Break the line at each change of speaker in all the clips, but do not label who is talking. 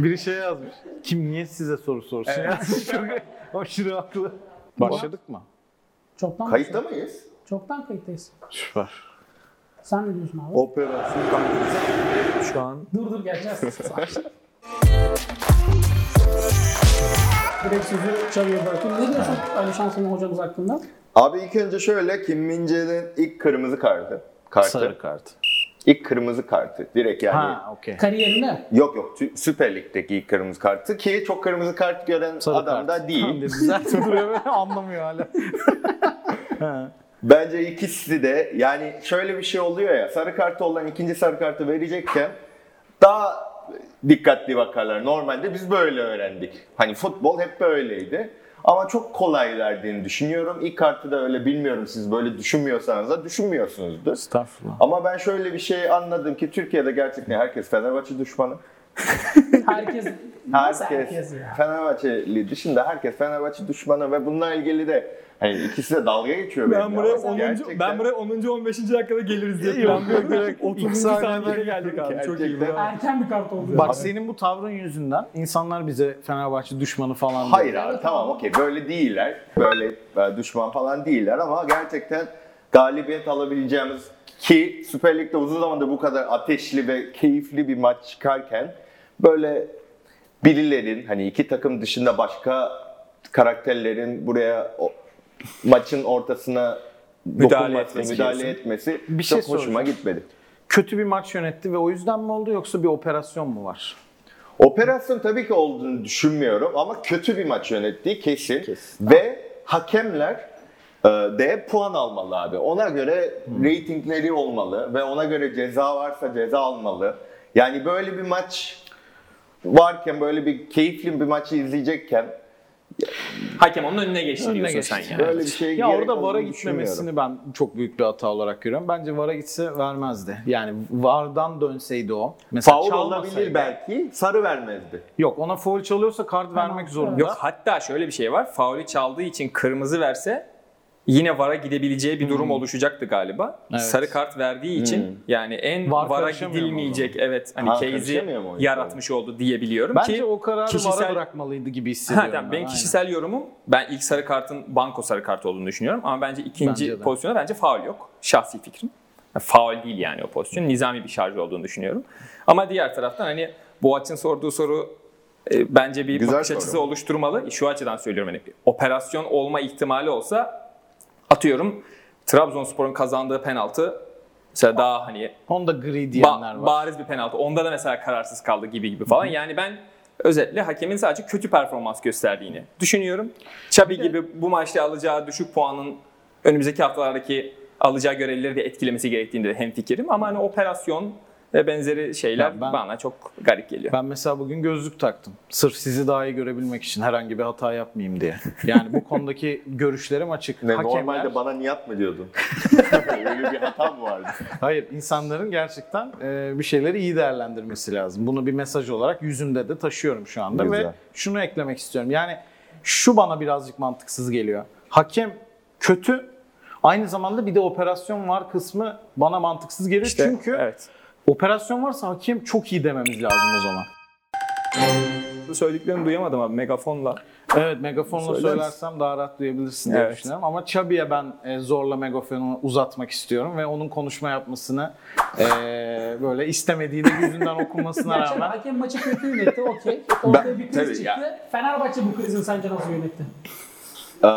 Biri şey yazmış. Kim niye size soru sorsun yazmış. Çok aşırı haklı. Başladık mı?
Çoktan
Kayıtta mıyız?
Çoktan kayıttayız.
Süper.
Sen ne diyorsun abi?
Operasyon kankası.
Şu an
Dur dur geleceğiz. Direkt sözü Xavi'ye bırakayım. Ne diyorsun Ali Şanslı'nın hocamız hakkında?
Abi ilk önce şöyle Kim Min-jae'nin ilk kırmızı kartı. Kartı.
sarı kart.
İlk kırmızı kartı. Direkt yani.
Ha okey.
Kariyerinde
Yok yok Tü- Süper Lig'deki ilk kırmızı kartı ki çok kırmızı kart gören
Sarı
adam
kart.
da değil.
Zaten duruyor böyle anlamıyor hala.
Bence ikisi de yani şöyle bir şey oluyor ya sarı kartı olan ikinci sarı kartı verecekken daha dikkatli bakarlar. Normalde biz böyle öğrendik. Hani futbol hep böyleydi. Ama çok kolay verdiğini düşünüyorum. İlk kartı da öyle bilmiyorum siz böyle düşünmüyorsanız da düşünmüyorsunuzdur.
Estağfurullah.
Ama ben şöyle bir şey anladım ki Türkiye'de gerçekten herkes Fenerbahçe düşmanı.
herkes... Nasıl herkes
Herkes
ya?
Fenerbahçeli dışında herkes Fenerbahçe düşmanı ve bununla ilgili de hani ikisi de dalga geçiyor.
Ben
benimle
buraya
ama
10.
gerçekten-
Ben buraya 10. 15. dakikada geliriz diye
Yok,
planlıyorum.
direkt
30.
iki saniyeden
saniyede geldik abi. Çok iyi.
Gerçekten.
bravo.
Erken bir kart oldu.
Bak senin bu tavrın yüzünden insanlar bize Fenerbahçe düşmanı falan diyor.
Hayır abi tamam okey böyle değiller. Böyle e, düşman falan değiller ama gerçekten galibiyet alabileceğimiz ki Süper Lig'de uzun zamandır bu kadar ateşli ve keyifli bir maç çıkarken böyle birilerin hani iki takım dışında başka karakterlerin buraya o- maçın ortasına
Müdahale
müdahale
etmesi
etmesi, müdahale
diyorsun.
etmesi
Bir şey
çok hoşuma
soracağım.
gitmedi.
Kötü bir maç yönetti ve o yüzden mi oldu yoksa bir operasyon mu var?
Operasyon tabii ki olduğunu düşünmüyorum ama kötü bir maç yönettiği kesin. Ve hakemler e, de puan almalı abi. Ona göre
Hmm.
reytingleri olmalı ve ona göre ceza varsa ceza almalı. Yani böyle bir maç varken böyle bir keyifli bir maçı izleyecekken
Hakem onun önüne geçti
Önüne
diyorsun sen
geçti.
yani.
böyle bir şey
Ya
gerek
orada VAR'a
olduğunu
gitmemesini ben çok büyük bir hata olarak görüyorum. Bence VAR'a gitse vermezdi. Yani VAR'dan dönseydi o. Mesela
Faul
çalmasaydı-
olabilir belki. Sarı vermezdi.
Yok ona foul çalıyorsa kart vermek zorunda.
Yok hatta şöyle bir şey var. Faulü çaldığı için kırmızı verse yine VAR'a gidebileceği bir durum oluşacaktı galiba.
Hmm. Evet.
Sarı kart verdiği için yani en
VAR
VAR'a
karışamıyor mu o
gidilmeyecek evet hani
Hmm. Ha,
case'i
karışamıyor mu o yüzden?
yaratmış oldu diyebiliyorum
Bence
ki
o kararı
kişisel-
VAR'a bırakmalıydı gibi hissediyorum.
Ha,
ben,
tamam. Benim kişisel yorumum ben ilk sarı kartın banko sarı kartı olduğunu düşünüyorum ama bence ikinci
Bence de.
pozisyonda bence faul yok. Şahsi fikrim. Yani faul değil yani o pozisyon. Nizami bir şarj olduğunu düşünüyorum. Ama diğer taraftan hani Boğaç'ın sorduğu soru e, bence bir
Güzel
bakış
soru.
açısı oluşturmalı. Şu açıdan söylüyorum hani operasyon olma ihtimali olsa atıyorum Trabzonspor'un kazandığı penaltı mesela daha hani
Aynen. Onda gri
Ba-
diyenler var.
Bariz bir penaltı. Onda da mesela kararsız kaldı gibi gibi falan. Yani ben özetle hakemin sadece kötü performans gösterdiğini düşünüyorum. Xabi gibi bu maçta alacağı düşük puanın önümüzdeki haftalardaki alacağı görevleri de etkilemesi gerektiğinde de hemfikirim. Ama hani operasyon ve benzeri şeyler
Ya ben-
bana çok garip geliyor.
Ben mesela bugün gözlük taktım. Sırf sizi daha iyi görebilmek için herhangi bir hata yapmayayım diye. Yani bu konudaki görüşlerim açık.
Ne,
Hakemler-
normalde bana niyat mı diyordun? Öyle bir hata mı vardı?
Hayır, insanların gerçekten e, bir şeyleri iyi değerlendirmesi lazım. Bunu bir mesaj olarak yüzümde de taşıyorum şu anda
Güzel.
ve şunu eklemek istiyorum. Yani şu bana birazcık mantıksız geliyor. Hakem kötü, aynı zamanda bir de operasyon var kısmı bana mantıksız geliyor.
İşte,
Çünkü
evet.
operasyon varsa hakem çok iyi dememiz lazım o zaman.
Söylediklerini duyamadım abi megafonla.
Evet megafonla
Söyler misin?
söylersem daha rahat duyabilirsin diye
Evet.
düşünüyorum. Ama Chubby'ye ben e, zorla megafonu uzatmak istiyorum ve onun konuşma yapmasını e, böyle istemediğini yüzünden okunmasına
Gerçekten
rağmen
hakem maçı kötü yönetti okey. Orada
Ben-
bir
tabii
kriz çıktı.
ya.
Fenerbahçe bu krizin sence nasıl yönetti?
Ee,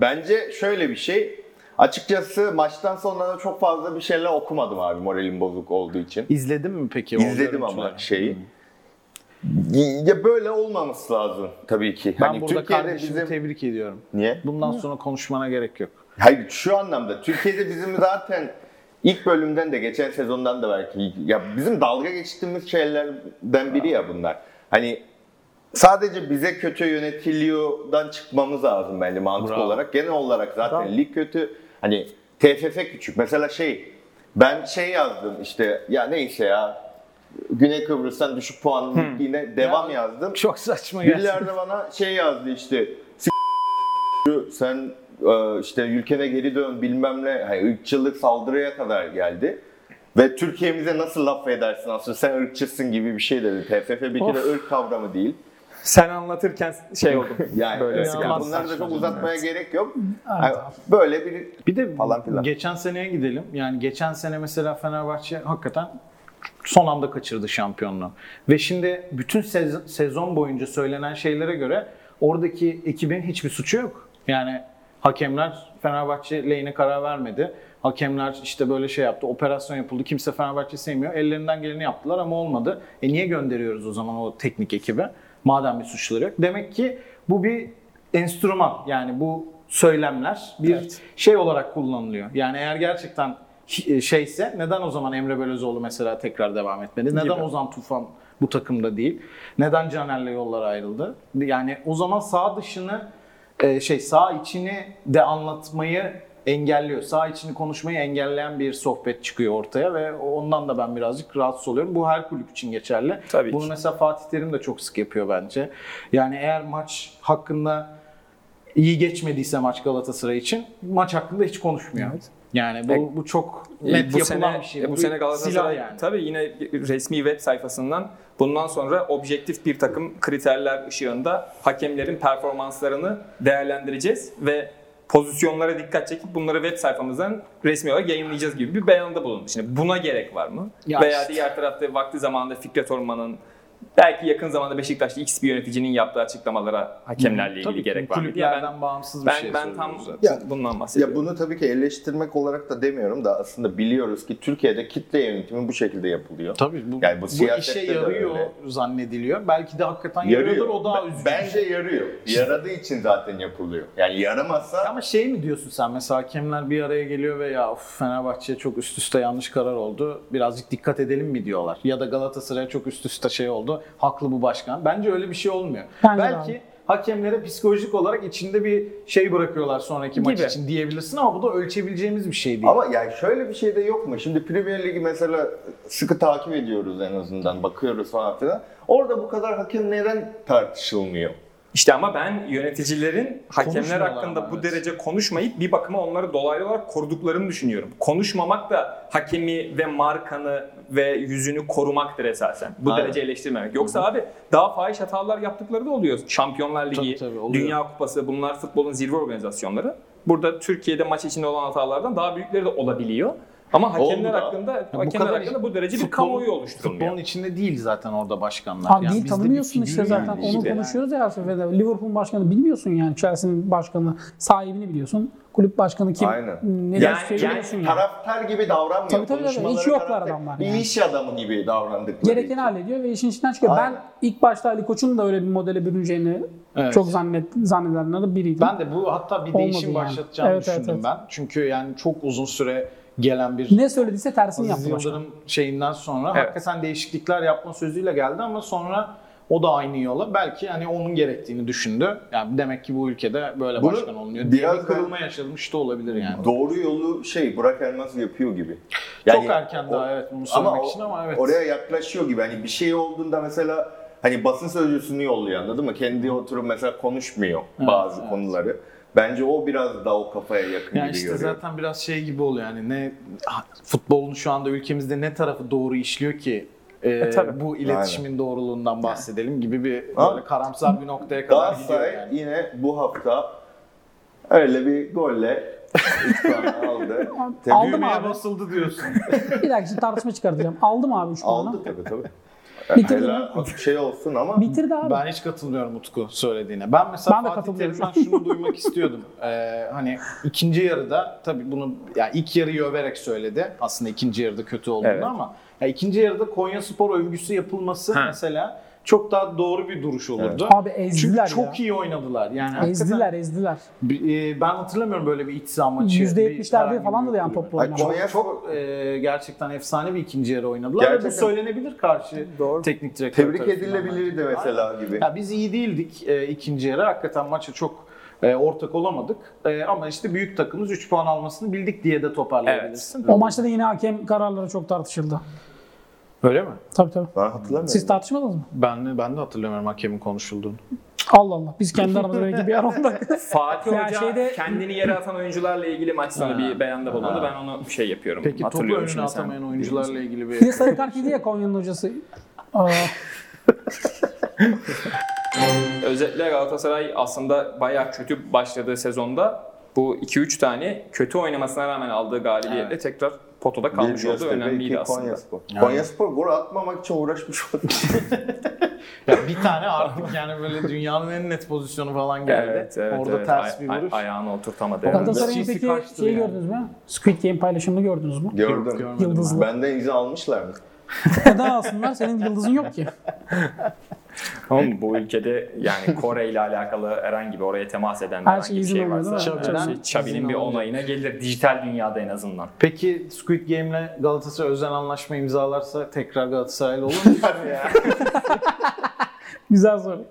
bence şöyle bir şey. Açıkçası maçtan sonra da çok fazla bir şeyler okumadım abi moralim bozuk olduğu için.
izledin mi peki? o
İzledim
görüntüleri?
ama şeyi. Ya böyle olmaması lazım tabii ki.
Ben
Hani
burada
Türkiye'de
kardeşimi
bizim-
tebrik ediyorum.
Niye?
Bundan sonra konuşmana gerek yok.
Hayır şu anlamda Türkiye'de bizim zaten ilk bölümden de geçen sezondan da belki ya bizim dalga geçtiğimiz şeylerden biri ya bunlar. Hani sadece bize kötü yönetiliyordan çıkmamız lazım bence mantık
Bravo.
olarak. Genel olarak zaten lig kötü. Hani TFF küçük. Mesela şey ben şey yazdım işte ya neyse ya Güney Kıbrıs'tan düşük puanlı lig yine devam yazdım.
Çok saçma geldi.
Birileri de bana şey yazdı işte "S- sen e, işte ülkene geri dön bilmem ne hani ırkçılık saldırıya kadar geldi. Ve Türkiye'mize nasıl laf edersin aslında? Sen ırkçısın gibi bir şey dedi. TFF bir kere ırk kavramı değil.
Sen anlatırken şey oldum.
Yani
Böyle
evet,
sıkıntı.
yani bunları da çok uzatmaya gerek yok.
Evet.
Yani böyle bir
Bir de
Falan filan.
geçen seneye gidelim. Yani geçen sene mesela Fenerbahçe hakikaten son anda kaçırdı şampiyonluğu. Ve şimdi bütün sez- sezon boyunca söylenen şeylere göre oradaki ekibin hiçbir suçu yok. Yani hakemler Fenerbahçe lehine karar vermedi. Hakemler işte böyle şey yaptı, operasyon yapıldı. Kimse Fenerbahçe sevmiyor. Ellerinden geleni yaptılar ama olmadı. E niye gönderiyoruz o zaman o teknik ekibi? Madem bir suçları yok. Demek ki bu bir enstrüman. Yani bu söylemler bir şey olarak kullanılıyor. Yani eğer gerçekten hi- e, şeyse neden o zaman Emre Belözoğlu mesela tekrar devam etmedi? Neden
Gibi.
Ozan Tufan bu takımda değil? Neden Caner'le yollar ayrıldı? Yani o zaman sağ dışını e, şey sağ içini de anlatmayı engelliyor. Sağ içini konuşmayı engelleyen bir sohbet çıkıyor ortaya ve ondan da ben birazcık rahatsız oluyorum. Bu her kulüp için geçerli.
Tabii ki.
Bunu mesela Fatih Terim de çok sık yapıyor bence. Yani eğer maç hakkında iyi geçmediyse maç Galatasaray için maç hakkında hiç konuşmuyor. Yani bu, bu çok net
E, bu
yapılan
sene,
bir şey.
Bu,
bir
sene
silah
Galatasaray
yani.
tabii yine resmi web sayfasından bundan sonra objektif bir takım kriterler ışığında hakemlerin performanslarını değerlendireceğiz ve pozisyonlara dikkat çekip bunları web sayfamızdan resmi olarak yayınlayacağız gibi bir beyanda bulundu. Şimdi buna gerek var mı?
Ya
Veya
işte.
diğer tarafta vakti zamanında Fikret Orman'ın belki yakın zamanda Beşiktaş'ta X bir yöneticinin yaptığı açıklamalara hakemlerle ilgili
Tabii
gerek
ki,
var mı? diye
kulüplerden
ben
bağımsız bir
ben,
şey
ben tam
söylüyoruz zaten.
zaten.
bundan
Ya
bahsediyorum.
bunu tabii ki eleştirmek olarak da demiyorum da aslında biliyoruz ki Türkiye'de kitle yönetimi bu şekilde yapılıyor.
Tabii bu,
Yani bu
bu, işe
siyasette de
yarıyor
öyle.
zannediliyor. Belki de hakikaten yarıyordur o daha üzücü.
Bence yarıyor. Yaradığı için zaten yapılıyor. Yani yaramazsa
Ama şey mi diyorsun sen mesela hakemler bir araya geliyor ve ya of, Fenerbahçe çok üst üste yanlış karar oldu. Birazcık dikkat edelim mi diyorlar. Ya da Galatasaray'a çok üst üste şey oldu. Haklı bu başkan. Bence öyle bir şey olmuyor.
Bence de
Belki
abi.
hakemlere psikolojik olarak içinde bir şey bırakıyorlar sonraki maç
Gibi.
için diyebilirsin ama bu da ölçebileceğimiz bir şey değil.
ama yani şöyle bir şey de yok mu? Şimdi Premier Ligi mesela sıkı takip ediyoruz en azından. Bakıyoruz falan filan. Orada bu kadar hakem neden tartışılmıyor?
İşte ama ben yöneticilerin hakemler
Konuşmuyorlar
hakkında
ama,
bu
evet.
derece konuşmayıp bir bakıma onları dolaylı olarak koruduklarını düşünüyorum. Konuşmamak da hakemi ve markanı ve yüzünü korumaktır esasen. Bu
Aynen.
derece eleştirmemek. Yoksa abi daha fahiş hatalar yaptıkları da oluyor. Şampiyonlar Ligi,
Tabii, tabii, oluyor.
Dünya Kupası bunlar futbolun zirve organizasyonları. Burada Türkiye'de maç içinde olan hatalardan daha büyükleri de olabiliyor. Ama hakemler
Oldu da.
hakkında
bu
hakemler
kadar
hakkında bu derece bir
futbolun-
kamuoyu oluşturulmuyor.
Futbolun içinde değil zaten orada başkanlar.
Abi
Yani
değil
bizde bir
tanımıyorsun işte
figür
zaten.
yani
Onu
işte.
konuşuyoruz ya her seferde. Liverpool başkanı bilmiyorsun yani. Chelsea'nin başkanı sahibini biliyorsun. Kulüp başkanı kim?
Aynen.
Ne
Yani-
yani, söylüyorsun yani.
Taraftar gibi davranmıyor.
Tabii, tabii, tabii.
Konuşmaları
Hiç yoklar
taraftar-
adamlar
Bir
yani.
iş adamı gibi davrandıkları için.
Gerekeni hallediyor ve işin içinden çıkıyor.
Aynen.
Ben ilk başta Ali Koç'un da öyle bir modele bürüneceğini
Evet.
çok zannet, zannedenlerden biriydim.
Ben de bu hatta bir
Olmadı
değişim
yani.
başlatacağını
Evet, evet,
düşündüm
evet.
ben. Çünkü yani çok uzun süre gelen bir
ne söylediyse tersini
Aziz
yaptı başkan.
Yıldırım şeyinden sonra
Evet.
hakikaten değişiklikler yapma sözüyle geldi ama sonra o da aynı yola belki hani onun gerektiğini düşündü. Yani demek ki bu ülkede böyle
Bunu
başkan olmuyor diye
biraz
bir kırılma yaşanmış da olabilir yani.
Doğru yolu şey Burak Elmas yapıyor gibi.
Çok erken
o-
daha evet bunu söylemek
Ama o-
için ama evet.
oraya yaklaşıyor gibi. Hani bir şey olduğunda mesela hani basın sözcüsünü yolluyor anladın mı? Kendi oturup mesela konuşmuyor bazı
evet.
konuları. Bence o biraz daha o kafaya yakın
Yani
gibi
işte
görüyor.
zaten biraz şey gibi oluyor yani ne ah, futbolun şu anda ülkemizde ne tarafı doğru işliyor ki e,
tabii.
bu iletişimin doğruluğundan bahsedelim gibi bir
Ha.
böyle karamsar bir noktaya kadar gidiyor
Galatasaray
yani.
yine bu hafta öyle bir golle üç puan aldı. Tebrik-
Aldım
Düğmeye
abi.
basıldı diyorsun.
Bir dakika şimdi tartışma çıkartacağım. Aldım abi 3 puanı.
Aldı tabii tabii.
Bitirdi
Helal
mi?
olsun, şey olsun ama
Bitirdi abi.
Ben hiç katılmıyorum Utku söylediğine. Ben mesela
Ben de
Fatih
katılmıyorum.
Terim'den şunu duymak istiyordum. Ee, hani ikinci yarıda tabii bunu yani ilk yarıyı överek söyledi. Aslında ikinci yarıda kötü olduğunu
Evet.
ama ya ikinci yarıda Konya Spor övgüsü yapılması
Ha.
mesela çok daha doğru bir duruş olurdu.
Abi
Çünkü
ezdiler
çok
ya.
iyi oynadılar. Yani hakikaten
Ezdiler ezdiler.
bi- e, ben hatırlamıyorum böyle bir iç saha maçı. bir herhangi
%70'lerde
bir
falan da yani
kulübe.
toplu
Ay,
oynamak.
Konya çok
Ee, gerçekten efsane bir ikinci yarı oynadılar. ve Bu
Gerçekten.
söylenebilir karşı
Doğru.
teknik direktör
tebrik
tarafından
edilebilirdi
bence.
mesela gibi.
Ya biz iyi değildik e, ikinci yarı. Hakikaten maça çok e, ortak olamadık. E, ama işte büyük takımımız 3 puan almasını bildik diye de toparlayabilirsin.
O maçta da yine hakem kararları çok tartışıldı.
Öyle mi?
Tabii tabii.
Ben hatırlamıyorum.
Siz tartışmadınız mı?
Ben ben de hatırlamıyorum hakemin konuşulduğunu.
Allah Allah. Biz kendi aramızda belki bir ara ondan.
Fatih
Ya
Hoca
şeyde-
kendini yere atan oyuncularla ilgili maç sonu bir beyanda bulundu. Ben onu şey yapıyorum.
Peki topu
hatırlıyorum
önüne
şimdi sen
atamayan
değil
oyuncularla
misin?
ilgili
Bir de
bir...
sarı kart yedi ya Konya'nın hocası. Aa,
Özetle Galatasaray aslında bayağı kötü başladığı sezonda bu 2-3 tane kötü oynamasına rağmen aldığı galibiyetle
Evet.
tekrar potoda kalmış oldu. Önemliydi aslında.
Konyaspor. Konyaspor gol atmamak için uğraşmış oldu.
Ya bir tane artık yani böyle dünyanın en net pozisyonu falan geldi. Orada
evet.
ters
Ay-
bir
ay-
vuruş.
ayağını oturtamadı. herhalde.
Galatasaray'ın
Çizgi
peki
kaçtı
şeyi
yani.
gördünüz mü? Squid Game paylaşımını gördünüz mü?
Gördüm.
Görmedim
Yıldızlı.
Benden izin almışlar mı?
Neden alsınlar? Senin yıldızın yok ki.
Ama bu ülkede yani Kore ile alakalı herhangi bir oraya temas eden
Her
herhangi
şey
bir
izin
şey
oluyor değil mi?
varsa
Çabi'den
her şey
izin
Çabi'nin bir
alınca.
onayına gelir. Dijital dünyada en azından.
Peki Squid Game'le Galatasaray özel anlaşma imzalarsa tekrar Galatasaraylı olur mu?
Güzel soru.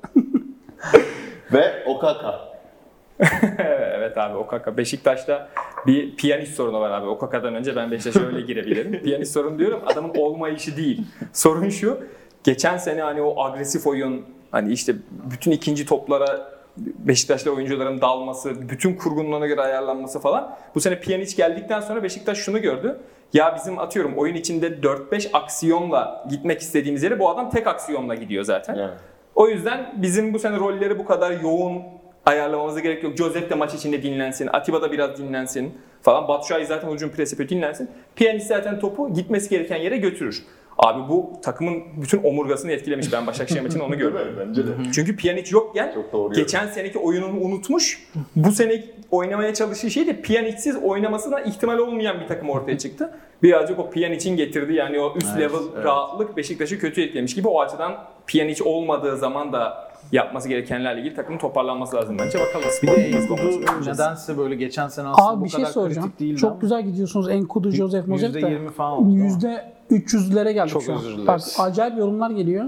Ve Okaka.
evet abi Okaka. Beşiktaş'ta bir piyanist sorunu var abi. Okaka'dan önce ben Beşiktaş'a öyle girebilirim. piyanist sorun diyorum adamın olmayışı değil. Sorun şu. Geçen sene hani o agresif oyun hani işte bütün ikinci toplara Beşiktaşlı oyuncuların dalması, bütün kurgunluğuna göre ayarlanması falan. Bu sene Pjanic geldikten sonra Beşiktaş şunu gördü. Ya bizim atıyorum oyun içinde 4-5 aksiyonla gitmek istediğimiz yere bu adam tek aksiyonla gidiyor zaten.
Evet.
O yüzden bizim bu sene rolleri bu kadar yoğun ayarlamamıza gerek yok. Josep de maç içinde dinlensin. Atiba da biraz dinlensin falan. Batshuayi zaten hücum presi yapıyor dinlensin. Piyanist zaten topu gitmesi gereken yere götürür. Abi bu takımın bütün omurgasını etkilemiş. Ben Başakşehir maçında onu gördüm.
Bence de.
Çünkü Pjanic yokken
Çok doğru
geçen seneki oyununu unutmuş. Bu sene oynamaya çalıştığı şey de Pjanic'siz oynamasına ihtimal olmayan bir takım ortaya çıktı. Birazcık o Pjanic'in getirdiği yani o üst
Evet,
level
evet.
rahatlık Beşiktaş'ı kötü etkilemiş gibi o açıdan Pjanic olmadığı zaman da yapması gerekenlerle ilgili takımın toparlanması lazım bence. Bakalım.
Bir de
Sporting
Enkudu
konusunda olacağız.
nedense böyle geçen sene aslında
Abi
bu
bir şey
kadar
soracağım.
kritik değildi
Çok
ama
güzel gidiyorsunuz. Enkudu, Joseph, Mozart da.
%20 falan oldu.
Yüzde 300'lere geldik
Çok
şu an.
özür dileriz.
Bak acayip yorumlar geliyor.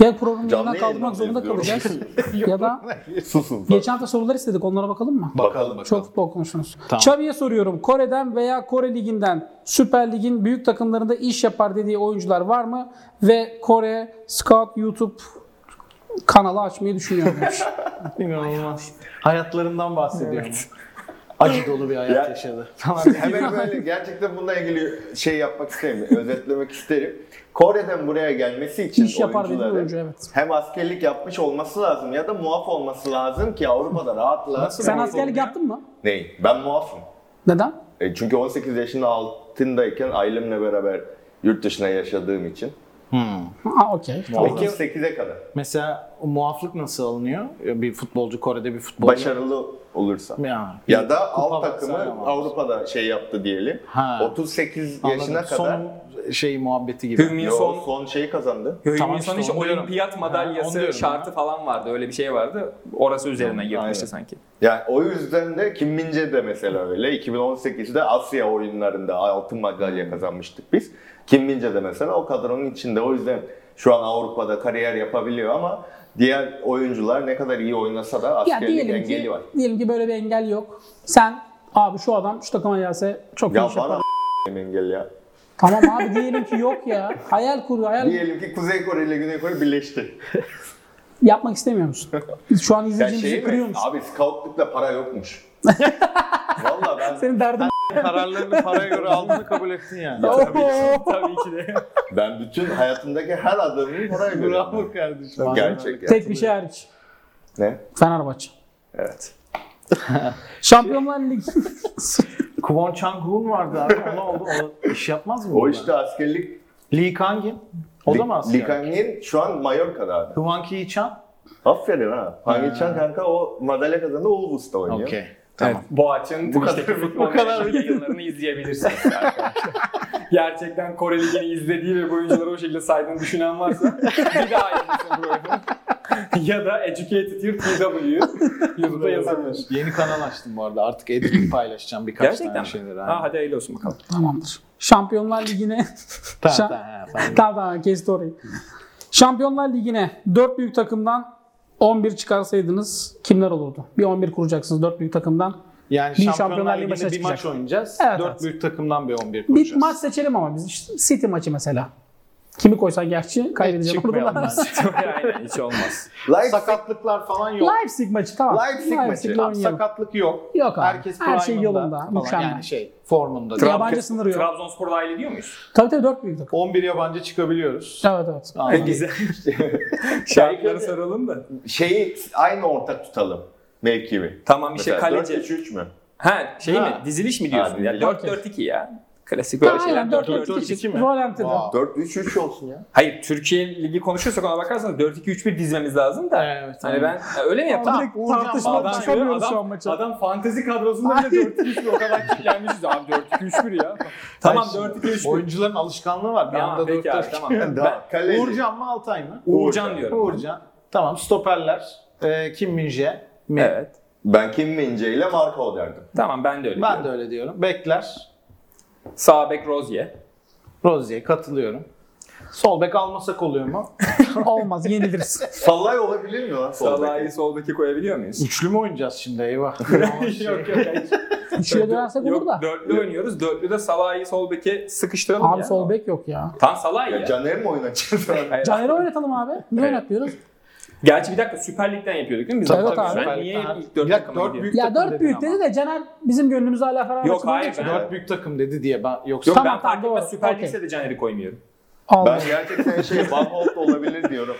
Ya programı
Canlı
yayından kaldırmak
yayından
zorunda kalacağız.
izliyorum.
ya da
Susun.
geçen hafta sorular istedik onlara bakalım mı?
Bakalım.
Çok futbol konuştunuz.
Tamam.
Xavi'ye soruyorum. Kore'den veya Kore Ligi'nden Süper Lig'in büyük takımlarında iş yapar dediği oyuncular var mı? Ve Kore Scout YouTube kanalı açmayı düşünüyor muymuş?
İnanılmaz. Hayatlarından bahsediyorum. Acı dolu bir hayat
Ya-
yaşadı. Tamam.
Hemen böyle gerçekten bununla ilgili şey yapmak isterim, özetlemek isterim. Kore'den buraya gelmesi için
İş yapar dediği
oyuncuların
oyuncu, evet.
hem askerlik yapmış olması lazım ya da muaf olması lazım ki Avrupa'da rahatla.
Nasıl
Sen
Doğru
askerlik yaptın mı?
Ney? Ben muafım.
Neden?
E, çünkü 18 yaşının altındayken ailemle beraber yurt dışına yaşadığım için.
Ha okey. Tamam.
Peki-
38'e kadar.
Mesela o muaflık nasıl alınıyor? Bir futbolcu Kore'de bir futbolcu.
Başarılı olursa.
Ya,
Ya da
kupa
alt takımı
vesaire var.
Avrupa'da şey yaptı diyelim.
Ha.
38
Anladım.
yaşına kadar
Son şey muhabbeti gibi.
Hümin
Yo,
Son
son, şeyi kazandı.
Yo,
Tamam
Hümin
işte
Son işte
onu diyorum.
olimpiyat
Ha, onu
madalyası
diyorum
şartı
ya.
falan vardı. Öyle bir şey vardı. Orası üzerine
Aynen.
girmişti sanki.
Yani o yüzden de Kim Mince de mesela öyle. 2018'de Asya oyunlarında altın
Hmm.
madalya kazanmıştık biz. Kim Mince de mesela o kadronun içinde. O yüzden şu an Avrupa'da kariyer yapabiliyor ama diğer oyuncular ne kadar iyi oynasa da
Ya
askerlik
diyelim
engeli
ki,
var.
diyelim ki böyle bir engel yok. Sen abi şu adam şu takıma gelse çok iyi
Ya
iş
bana
yapar.
engel ya.
Tamam abi diyelim ki yok ya. Hayal kur, hayal
Diyelim ki Kuzey Kore ile Güney Kore birleşti.
Yapmak istemiyor musun? Şu an
Ya
izleyicimizi
şey mi?
kırıyor musun?
Abi scoutlukla para yokmuş. Vallahi ben
Senin derdin
Kararlarını paraya göre aldığını kabul ettin yani.
Tabii ki de.
ben bütün hayatımdaki her adımını paraya göre. yaptım.
Bravo kardeşim.
Gerçek ya.
Tek bir şey hariç.
Ne?
Fenerbahçe.
Evet.
Şampiyonlar Ligi.
Kwon Chang-hoon vardı abi. O ne oldu? O iş yapmaz mı?
O
bunlar?
işte askerlik
Lee Kangin. O da mı asker?
Lee Kang-in şu an Mallorca'da abi.
Hwang Ki-chan.
Aferin ha. Hangi Çan kanka o madalya kazandı Oğuz'da oynuyor.
Okey.
Tamam. Boğaç'ın bu kadar, futbol
bu kadar-
menajerlik yayınlarını izleyebilirsiniz arkadaşlar. Gerçekten Kore Ligi'ni izlediği ve bu oyuncuları o şekilde saydığını düşünen varsa bir daha izlesin bu oyunu. ya da Educated Your TW YouTube'da yazabilir.
Yeni kanal açtım bu arada. Artık editini paylaşacağım birkaç
Gerçekten
tane
mi?
şeyleri.
Ha, hadi hayırlı olsun bakalım.
Tamamdır. Şampiyonlar Ligi'ne.
Tamam,
Şa-
tamam, ha,
tamam tamam kesti orayı. Şampiyonlar Ligi'ne 4 büyük takımdan 11 çıkarsaydınız kimler olurdu? Bir 11 kuracaksınız 4 büyük takımdan.
Yani
Bir Şampiyonlar
Şampiyonlar
Ligi
Ligi'nde bir
maçına
maç
çıkacak.
oynayacağız.
Evet,
Dört
evet.
büyük takımdan bir 11
Bir
kuracağız.
maç seçelim ama biz. İşte City maçı mesela. Kimi koysan gerçi kaybedecek orada
çıkmayalım
da.
Aynen hiç olmaz.
Leipzig,
Sakatlıklar falan yok.
Leipzig maçı tamam.
Leipzig maçı.
Tamam,
oynayalım.
sakatlık yok.
Yok abi.
Herkes
Her şey
prime'ında
yolunda,
falan.
mükemmel.
Yani şey formunda.
Trabzon-
Değil.
Yabancı sınırı yok.
Trabzonspor dahil ediyor muyuz?
Tabii tabii dört büyük takım.
11 yabancı çıkabiliyoruz.
Evet evet.
Aynen.
Güzel. Şartları soralım da.
Şeyi aynı ortak tutalım. Mevkimi.
Tamam işte kaleci.
4-3-3 mü?
Ha şey
Ha.
mi? Diziliş mi diyorsun?
Ha,
ya
diziliş.
4-4-2 ya. Klasik böyle
Aynen,
şeyler.
dört-
4-4-2.
dört-
iki
dört-
mi?
Volante'de.
Wow.
4-3-3 olsun ya.
Hayır Türkiye Ligi konuşuyorsak ona bakarsanız 4-2-3-1 dizmemiz lazım da.
Evet,
hani
evet.
ben Ha, öyle mi yapalım?
Direkt
Uğurcan
tartışma
Bağdan
çıkamıyoruz
adam-
şu an maça.
Adam fantezi kadrosunda bile 4-2-3-1 o kadar kitlenmişiz. Abi 4-2-3-1 ya. Tamam
Ay,
4-2-3-1.
Oyuncuların alışkanlığı var. Bir
Tamam,
anda
peki
4
abi, tamam.
Daha kaleci.
Uğurcan mı Altay mı?
Uğurcan diyorum.
Uğurcan. Tamam stoperler. Ee, Kim Minje mi?
Evet.
Ben Kim Mince ile Marco derdim.
Tamam ben de öyle
Ben
diyorum.
de öyle diyorum. Bekler.
Sağ bek Rozier.
Rozier'e katılıyorum. Sol bek almasak oluyor mu?
Olmaz yeniliriz.
Salay olabilir mi lan? sol bek?
Salah'ı sol beke koyabiliyor muyuz?
Üçlü mü oynayacağız şimdi? Eyvah.
yok yok. hayır.
İşe dönersek olur
Yok,
da.
dörtlü oynuyoruz. Dörtlü de Salah'ı sol beke sıkıştıralım
Abi
ya.
sol bek yok ya.
Tam Salah ya.
Ya Caner mi oynayacak?
Hayır.
Caner'i oynatalım abi. Niye
Evet.
oynatmıyoruz?
Gerçi bir dakika Süper Lig'den yapıyorduk değil mi? Biz
Evet
Hatta
abi.
Ben niye ilk dört
Ya,
takıma
dört
gidiyorum?
büyük-
Ya
takım
dört
dedin
büyük
ama.
dedi de Caner bizim gönlümüzü hala Fenerbahçe
Yok, hayır, ben-
Şey, Dört büyük takım dedi diye ben yoksa
Yok
Tamam, tamam,
ben fark
doğru.
etmez Süper
Okey.
Lig'se de Caner'i koymuyorum.
Allah.
ben gerçekten şey Van Holt da olabilir diyorum.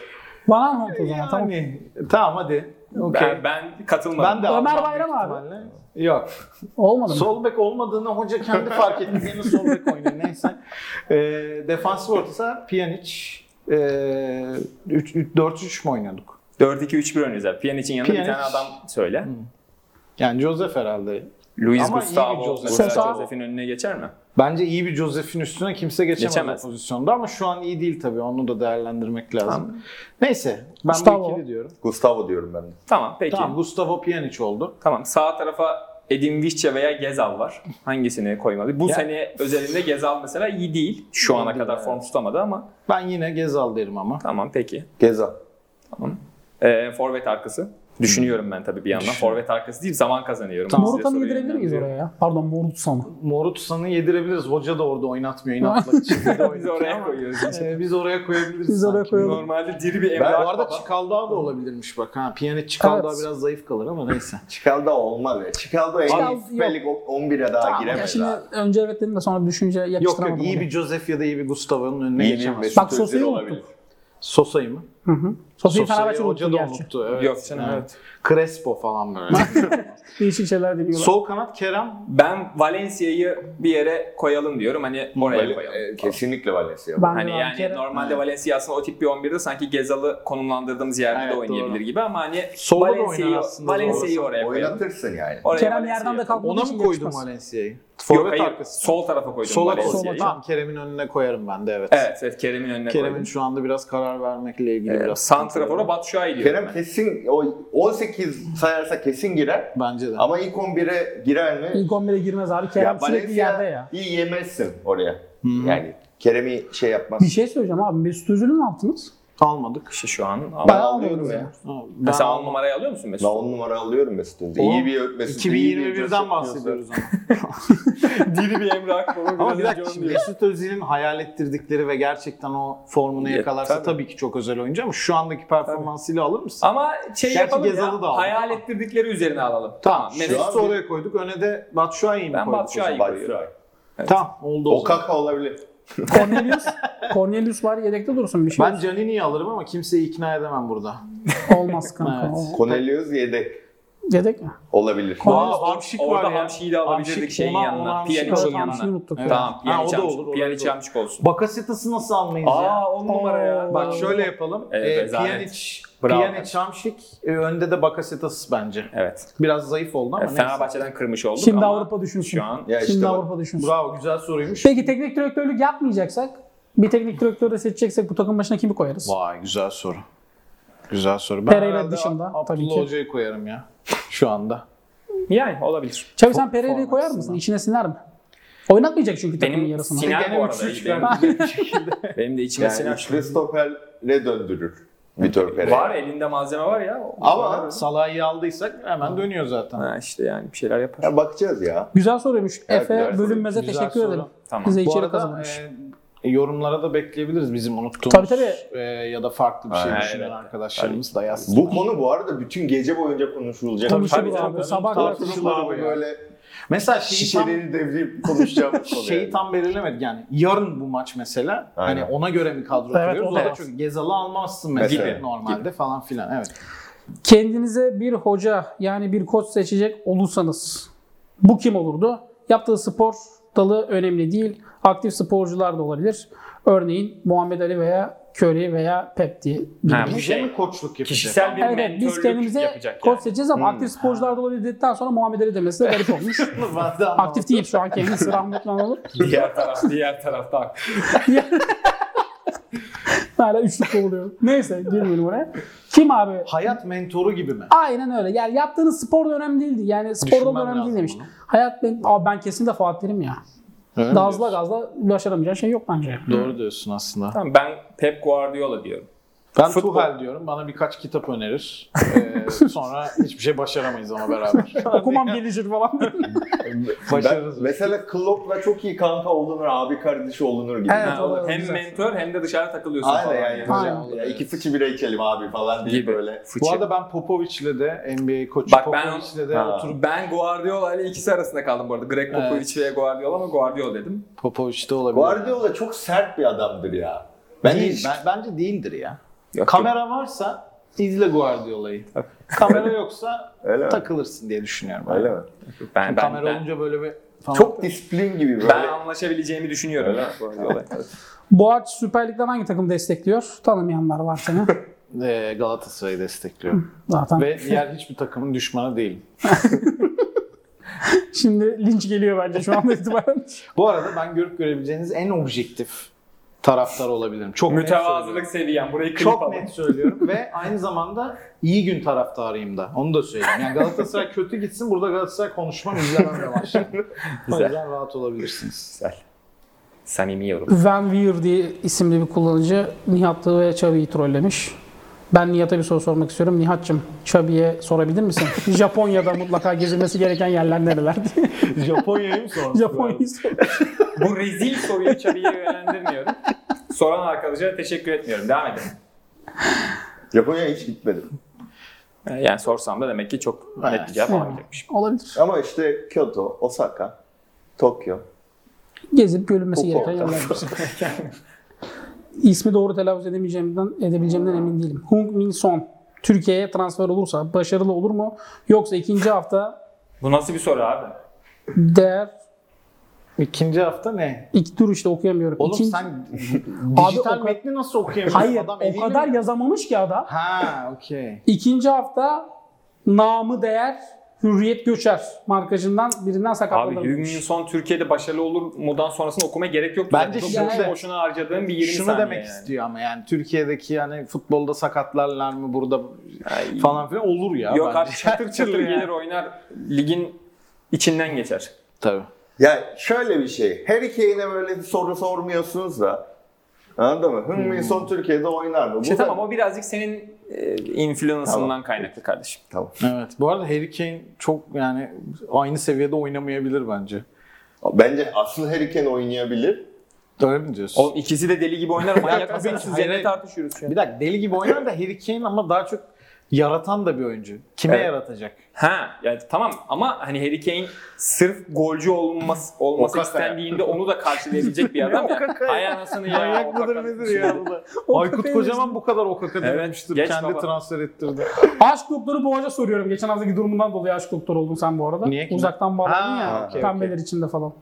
Bana mı o zaman? Tamam.
yani tamam hadi. Okey.
Ben, ben katılmadım.
Ben de
Ömer
almam
Bayram
büyük
abi.
ihtimalle. Yok.
Olmadı mı?
Sol bek olmadığını hoca kendi fark etti. Yine sol bek oynuyor. Neyse. Ee, defans ortası Pjanic. Ee, 4-3 mü oynuyorduk?
4-2-3-1 oynuyoruz abi. Pjanic'in yanında
Pjanic.
bir tane adam söyle.
Yani Josef herhalde.
Luis
Ama iyi bir
Gustavo.
Joseph.
Joseph.
Sosa.
Joseph'in önüne geçer mi?
Bence iyi bir Josef'in üstüne kimse geçemez,
Geçemez.
o pozisyonda ama şu an iyi değil tabii. Onu da değerlendirmek lazım. Neyse. Ben
Gustavo.
bu ikili diyorum.
Gustavo diyorum ben de.
Tamam peki.
Tamam
Tamam.
Gustavo Pjanic oldu.
Sağ tarafa Edin Vişçe veya Gezal var. Hangisini koymalı? Bu
Ya.
sene özelinde Gezal mesela iyi değil. Şu
İyi
ana
değil,
kadar
evet.
form tutamadı ama
Ben yine Gezal derim ama.
tamam peki.
Geza.
Ee, forvet arkası. Düşünüyorum ben tabii bir yandan. Forvet arkası değil zaman kazanıyorum.
Tamam.
Size
Morutan'ı
soruyu
yedirebilir miyiz
yönlendiriyorum.
oraya ya? Pardon Morutan'ı.
Morutusan'ı yedirebiliriz. Hoca da orada oynatmıyor inatla. Çizgide
Biz
oynuyor
oraya
ama,
koyuyoruz.
e, biz oraya koyabiliriz.
Biz oraya
sanki.
koyalım.
Normalde diri bir Emre
Ben, bu
Akbaba.
arada Çikaldağ da olabilirmiş bak ha. Piyano Çikaldağ
Evet.
biraz zayıf kalır ama neyse.
Çikalda olmaz ya. Çikalda en
Çikaldo
iyi
yok.
Süper Lig 11'e daha
Ya
giremez
şimdi
abi.
önce evet dedim de sonra düşünce
Yok
yakıştıramadım.
yok iyi bir Josef ya da iyi bir Gustavo'nun önüne
Yeni
geçemez.
Mesut
Bak,
Özil
Sosa'yı
olabilir.
Sosa'yı mı?
Hı hı.
Sosa'yı
Sosa'yı Fenerbahçe
hoca
unuttu
da
gerçi.
unuttu. Evet.
Yok canım, evet.
Crespo falan böyle.
Değişik şeyler deniyorlar.
Sol kanat Kerem.
Ben Valencia'yı bir yere koyalım diyorum. Hani oraya
Val-
koyalım.
e, kesinlikle Valencia.
Ben de
Hani
abi
yani
Kerem-
normalde Valencia aslında o tip bir 11'de sanki Gezal'ı konumlandırdığımız yerde
Evet,
de oynayabilir
doğru.
gibi ama hani
Solda da
Valencia'yı
oynar aslında,
Valencia'yı
doğru.
oraya koyalım.
Oynatırsın yani.
Oraya
Kerem
Valencia'yı
yerden de
koyalım.
kalkmadığı
Ona
için
mı hani? koydum
yakışmaz.
Valencia'yı?
Yok
Forvet
hayır
arkası.
sol tarafa koydum
Sola
Valencia'yı.
koydum. Tamam Kerem'in önüne koyarım ben de evet.
Evet evet Kerem'in önüne
Kerem'in
koydum.
şu anda biraz karar vermekle ilgili
Ee,
biraz.
Santrafor'a Batu Şua'yı diyorum.
Kerem kesin o 18 sayarsa kesin girer.
Bence de.
Ama ilk 11'e girer mi?
İlk 11'e girmez abi. Kerem sürekli yerde ya.
iyi yemezsin oraya. Yani Kerem'i şey yapmaz.
Bir şey söyleyeceğim abi. Mesut Özil'i ne yaptınız?
Almadık.
İşte şu an.
Ben
Ama...
alıyorum
almıyorum
ya.
Ha, Ben
Mesela 10 numarayı alıyor musun
Ben
Mesut?
10 numara alıyorum Mesut Özil.
Oğlum,
İyi bir Mesut iyi bir
2021'den
Joseph
bahsediyoruz ama.
Diri bir Emre Akbaba.
Ama bir
biraz
dakika
John
şimdi
diyor.
Mesut Özil'in hayal ettirdikleri ve gerçekten o formunu
Ya,
yakalarsa
tabii.
tabii. ki çok özel oyuncu ama şu andaki performansıyla alır mısın?
Ama şey
Gerçi
yapalım
Gezal'ı da
ya,
aldık
hayal
ama.
ettirdikleri üzerine alalım.
Tamam.
Mesut
Mesut'u
an-
oraya koyduk. Öne de Batshuayi'yi mi
Ben
koyduk?
Batshuayi-
o zaman?
Batu Şuay.
Tamam oldu o,
O
zaman.
kaka olabilir.
Cornelius. Cornelius var yedekte dursun bir şey.
Ben Canini'yi alırım ama kimseyi ikna edemem burada.
Olmaz kanka.
Evet.
O-
Cornelius yedek
Yedek mi?
olabilir.
Ko-
Aa,
Orada
Hamşik
orada
şey var ya.
Hamşik'i de alabilirdik
Hamşik,
şeyin
ona- ona
yanına.
Hamşik
Piyanic'in
alırım.
Hamşik'i
yanına.
unuttuk.
Tamam.
Tamam,
Ha, o
Pjanic
da
Hamşik.
olur. oraya
Pjanic
da olur.
Hamşik olsun.
Bakasetas'ı nasıl almayız ya?
Aa 10 numara ya.
Bak şöyle yapalım.
Evet,
Ee,
rezalet.
Pjanic,
Bravo.
Pjanic, Hamşik, e, önde de Bakasetas bence.
Evet.
Biraz zayıf oldu ama
E,
neyse.
Fenerbahçe'den kırmış olduk
Şimdi
ama
Avrupa düşünsün.
şu an
Ya işte
Şimdi
bak.
Avrupa düşünsün.
Bravo güzel soruymuş.
Peki teknik direktörlük yapmayacaksak bir teknik direktörü de seçeceksek bu takım başına kimi koyarız?
Vay güzel soru. Güzel soru.
Pereira
herhalde
dışında,
Ab-
tabii
Abdullah
ki.
Hoca'yı koyarım ya şu anda.
yani olabilir.
Çavi sen
Fo-
Pereira'yı
formasında.
koyar mısın? İçine siner mi? Oynatmayacak çünkü takımın
Benim
yarısını.
siner
Gene
bu
üç
arada.
üç
Benim,
vermeyecek bir şekilde.
benim de içime
Yani
siner.
üçlü stopere döndürür. Vitor Pereira.
Var elinde malzeme var ya.
Ama
Salah'ı aldıysak hemen dönüyor zaten.
Ha işte yani bir şeyler yapar.
ya bakacağız ya.
Güzel soruymuş.
Evet,
Efe
güzel soru.
Bölünmez'e
Güzel
teşekkür
soru.
ederim.
Tamam.
Bize
Bu
içeri
arada
kazanmış.
e, yorumlara da bekleyebiliriz bizim unuttuğumuz
Tabii,
e,
tabii.
ya da farklı bir şey
Aynen,
düşünen
evet.
arkadaşlarımız da yazsın.
Bu konu bu arada bütün gece boyunca konuşulacak.
Tabii, tabii,
tabii,
abi.
tabii.
Sabah kadar
Tartışılır bu
Tartışmalar
ya.
böyle
Mesela
Şey
şeyi tam,
şişeleri devrip konuşacağımız konu.
şeyi
yani.
tam belirlemedik yani. Yarın bu maç mesela
Aynen.
hani ona göre mi kadro
Evet,
kuruyoruz?
o da
O da
var.
çünkü Gezal'ı almazsın mesela
Gibi,
normalde falan filan. Evet.
Kendinize bir hoca yani bir koç seçecek olursanız bu kim olurdu? Yaptığı spor dalı önemli değil. Aktif sporcular da olabilir. Örneğin Muhammed Ali veya Curry veya Pep diye.
Ha,
Bu
bu
şey
şey.
mi koçluk yapacak?
Kişisel bir
Evet,
mentörlük
biz kendimize
yapacak
koç
yani.
seçeceğiz ama
Hmm.
aktif sporcular da olabilir dedikten sonra Muhammed Ali demesi de garip olmuş.
Ben de anlamadım.
aktif değil şu an kendisi rahmetli olur.
diğer taraf, diğer tarafta aktif.
Hala üçlük oluyor. Neyse girmeyelim oraya. Kim abi?
Hayat mentoru gibi mi?
Aynen öyle. Yani yaptığınız spor da önemli değildi. Yani spor da
Düşünmem
önemli değil
lazım
demiş.
bunu.
Hayat ben, abi ben kesin de Fatih derim ya.
Öyle mi
Gazla
diyorsun?
gazla başaramayacağın şey yok bence.
Doğru diyorsun aslında.
Tamam, ben Pep Guardiola diyorum.
Ben
Futbol.
Tuhal diyorum. Bana birkaç kitap önerir. Ee, sonra hiçbir şey başaramayız ama beraber.
Okumam gelişir falan.
Başarırız.
Ben- mesela Klopp'la çok iyi kanka olunur, abi kardeş olunur gibi.
Evet.
Ha, o da
doğru,
hem
güzel.
mentor hem de dışarı takılıyorsun
Aynen
falan.
yani. böyle,
Aynen.
Ya iki fıçı bira içelim abi falan diye
Gibi.
böyle.
Fıçı.
Bu arada ben Popovic'le de NBA koçu
Bak ben-
Popovic'le de
Ha.
oturup
ben Guardiola ile ikisi arasında kaldım bu arada. Greg Popovich ve Guardiola ama Guardiola dedim.
Popovic'te olabilir.
Guardiola çok sert bir adamdır ya. Ben
Değil,
hiç...
ben, bence değildir ya.
Yok,
Kamera varsa izle Guardiola'yı. Kamera yoksa
Öyle mi?
takılırsın diye düşünüyorum.
Öyle mi?
yok. Ben, ben,
Kamera
ben,
olunca böyle bir falan.
Çok disiplin gibi böyle.
ben anlaşabileceğimi düşünüyorum.
Öyle
ya
mi?
Guardiola'yla.
Boğaç Süper Lig'den hangi takım destekliyor? Tanımayanlar var seni.
Ee, Galatasaray'ı destekliyorum.
Zaten.
Ve diğer hiçbir takımın düşmanı değilim.
Şimdi linç geliyor bence şu anda itibaren.
Bu arada ben görüp görebileceğiniz en objektif taraftar olabilirim. Çok net
Mütevazılık
söylüyorum.
seviyem. Burayı klip
Çok
alın.
net söylüyorum ve aynı zamanda iyi gün taraftarıyım da. Onu da söyleyeyim. Yani Galatasaray kötü gitsin burada Galatasaray konuşmam izlemem de başlar. O
Güzel.
yüzden rahat olabilirsiniz.
Güzel. Samimi yorum.
Van Weir diye isimli bir kullanıcı Nihat'ı ve Çabi'yi trollemiş. Ben Nihat'a bir soru sormak istiyorum. Nihat'cığım Çabi'ye sorabilir misin? Japonya'da mutlaka gezilmesi gereken yerler nereler diye.
Japonya'yı mı sormuş?
Japonya'yı sor.
Bu rezil soruyu Çabi'ye yönlendirmiyorum. Soran arkadaşa teşekkür etmiyorum. Devam edin.
Japonya'ya hiç gitmedim.
Yani sorsam da demek ki çok net bir cevap
Evet.
alamayacakmışım.
Olabilir.
Ama işte Kyoto, Osaka, Tokyo.
Gezip görülmesi gereken
Kokoda.
yerler. İsmi doğru telaffuz edemeyeceğimden, edebileceğimden emin değilim. Hung Min Son. Türkiye'ye transfer olursa başarılı olur mu? Yoksa ikinci hafta
Bu nasıl bir soru abi?
değer
İkinci hafta ne?
ilk dur işte okuyamıyorum.
Oğlum
İkinci-
sen
Abi
dijital
o ka-
metni nasıl okuyamıyorsun?
Hayır
Adam
o
eliyle-
kadar yazamamış ki adam.
Ha okey.
İkinci hafta namı değer Hürriyet Göçer markajından birinden
Abi
sakatlandı.
Hügün Son Türkiye'de başarılı olur mudan sonrasını okumaya gerek yok.
Bence
Çok
şunu
boşu
de-
boşuna harcadığım bir 20
Şunu
saniye
demek
yani.
istiyor ama yani Türkiye'deki yani futbolda sakatlarlar mı burada
Ay.
falan filan olur ya.
Yok
bence.
abi çatır çatır
ya.
gelir oynar ligin içinden geçer.
Tabii.
Ya şöyle bir şey. Her iki yayına böyle bir soru sormuyorsunuz da. Anladın mı? Hung
Hmm.
Min Son Türkiye'de oynar mı? Bu
İşte
da-
tamam o birazcık senin e, influence'ından kaynaklı kardeşim.
Tamam.
Evet. Bu arada Harry Kane çok yani aynı seviyede oynamayabilir bence.
Bence asıl Harry Kane oynayabilir.
Öyle mi diyorsun?
Oğlum ikisi de deli gibi oynar. Manyak mısın? Siz
Hayır,
yine
hayır.
tartışıyoruz şu an.
bir dakika deli gibi oynar da Harry Kane ama daha çok yaratan da bir oyuncu. Kime
Evet.
yaratacak?
Ha yani tamam ama hani Harry Kane sırf golcü olması,
Okaka
olması
ya.
istendiğinde onu da karşılayabilecek bir adam ya. Ay anasını ya.
Manyak mıdır
Okaka.
nedir ya bu da?
O
Aykut
kafayı
Kocaman bu kadar okaka
Evet,
dememiştir.
geç
Kendi
baba.
transfer ettirdi.
Aşk doktoru Boğaç'a soruyorum. Geçen haftaki durumundan dolayı aşk doktoru oldun sen bu arada.
Niye ki?
Uzaktan bağlandın
Ha,
ya.
okey,
pembeler içinde falan.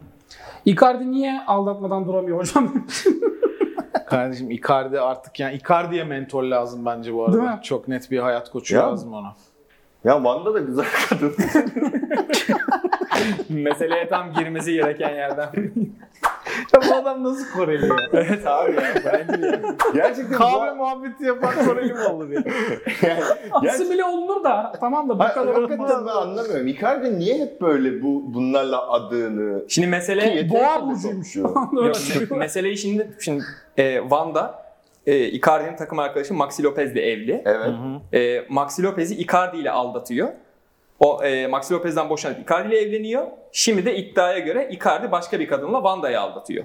Icardi niye aldatmadan duramıyor hocam?
Kardeşim Icardi artık yani Icardi'ye mentor lazım bence bu arada.
Değil mi?
Çok net bir hayat koçu
Ya.
lazım ona.
Ya Van'da da güzel kadın.
Meseleye tam girmesi gereken yerden.
Ya bu adam nasıl Koreli ya?
evet abi ya. Bence de.
Gerçekten
Kahve muhabbeti yapan Koreli mi olur ya?
yani,
Aslı bile olunur da. Tamam da bu
Hayır,
kadar
hakikaten
olmaz.
ben anlamıyorum. Icardi niye hep böyle bu bunlarla adını
Şimdi mesele...
E, Boğa burcuymuş. Öyle
Yok,
söylüyor.
meseleyi şimdi, şimdi e, Van'da e, Icardi'nin takım arkadaşı Maxi Lopez'le evli.
Evet.
E, Maxi Lopez'i Icardi ile aldatıyor. O e, Maxi Lopez'den boşanıp Icardi ile
Hmm.
evleniyor. Şimdi de iddiaya göre Icardi başka bir kadınla Vanda'yı aldatıyor.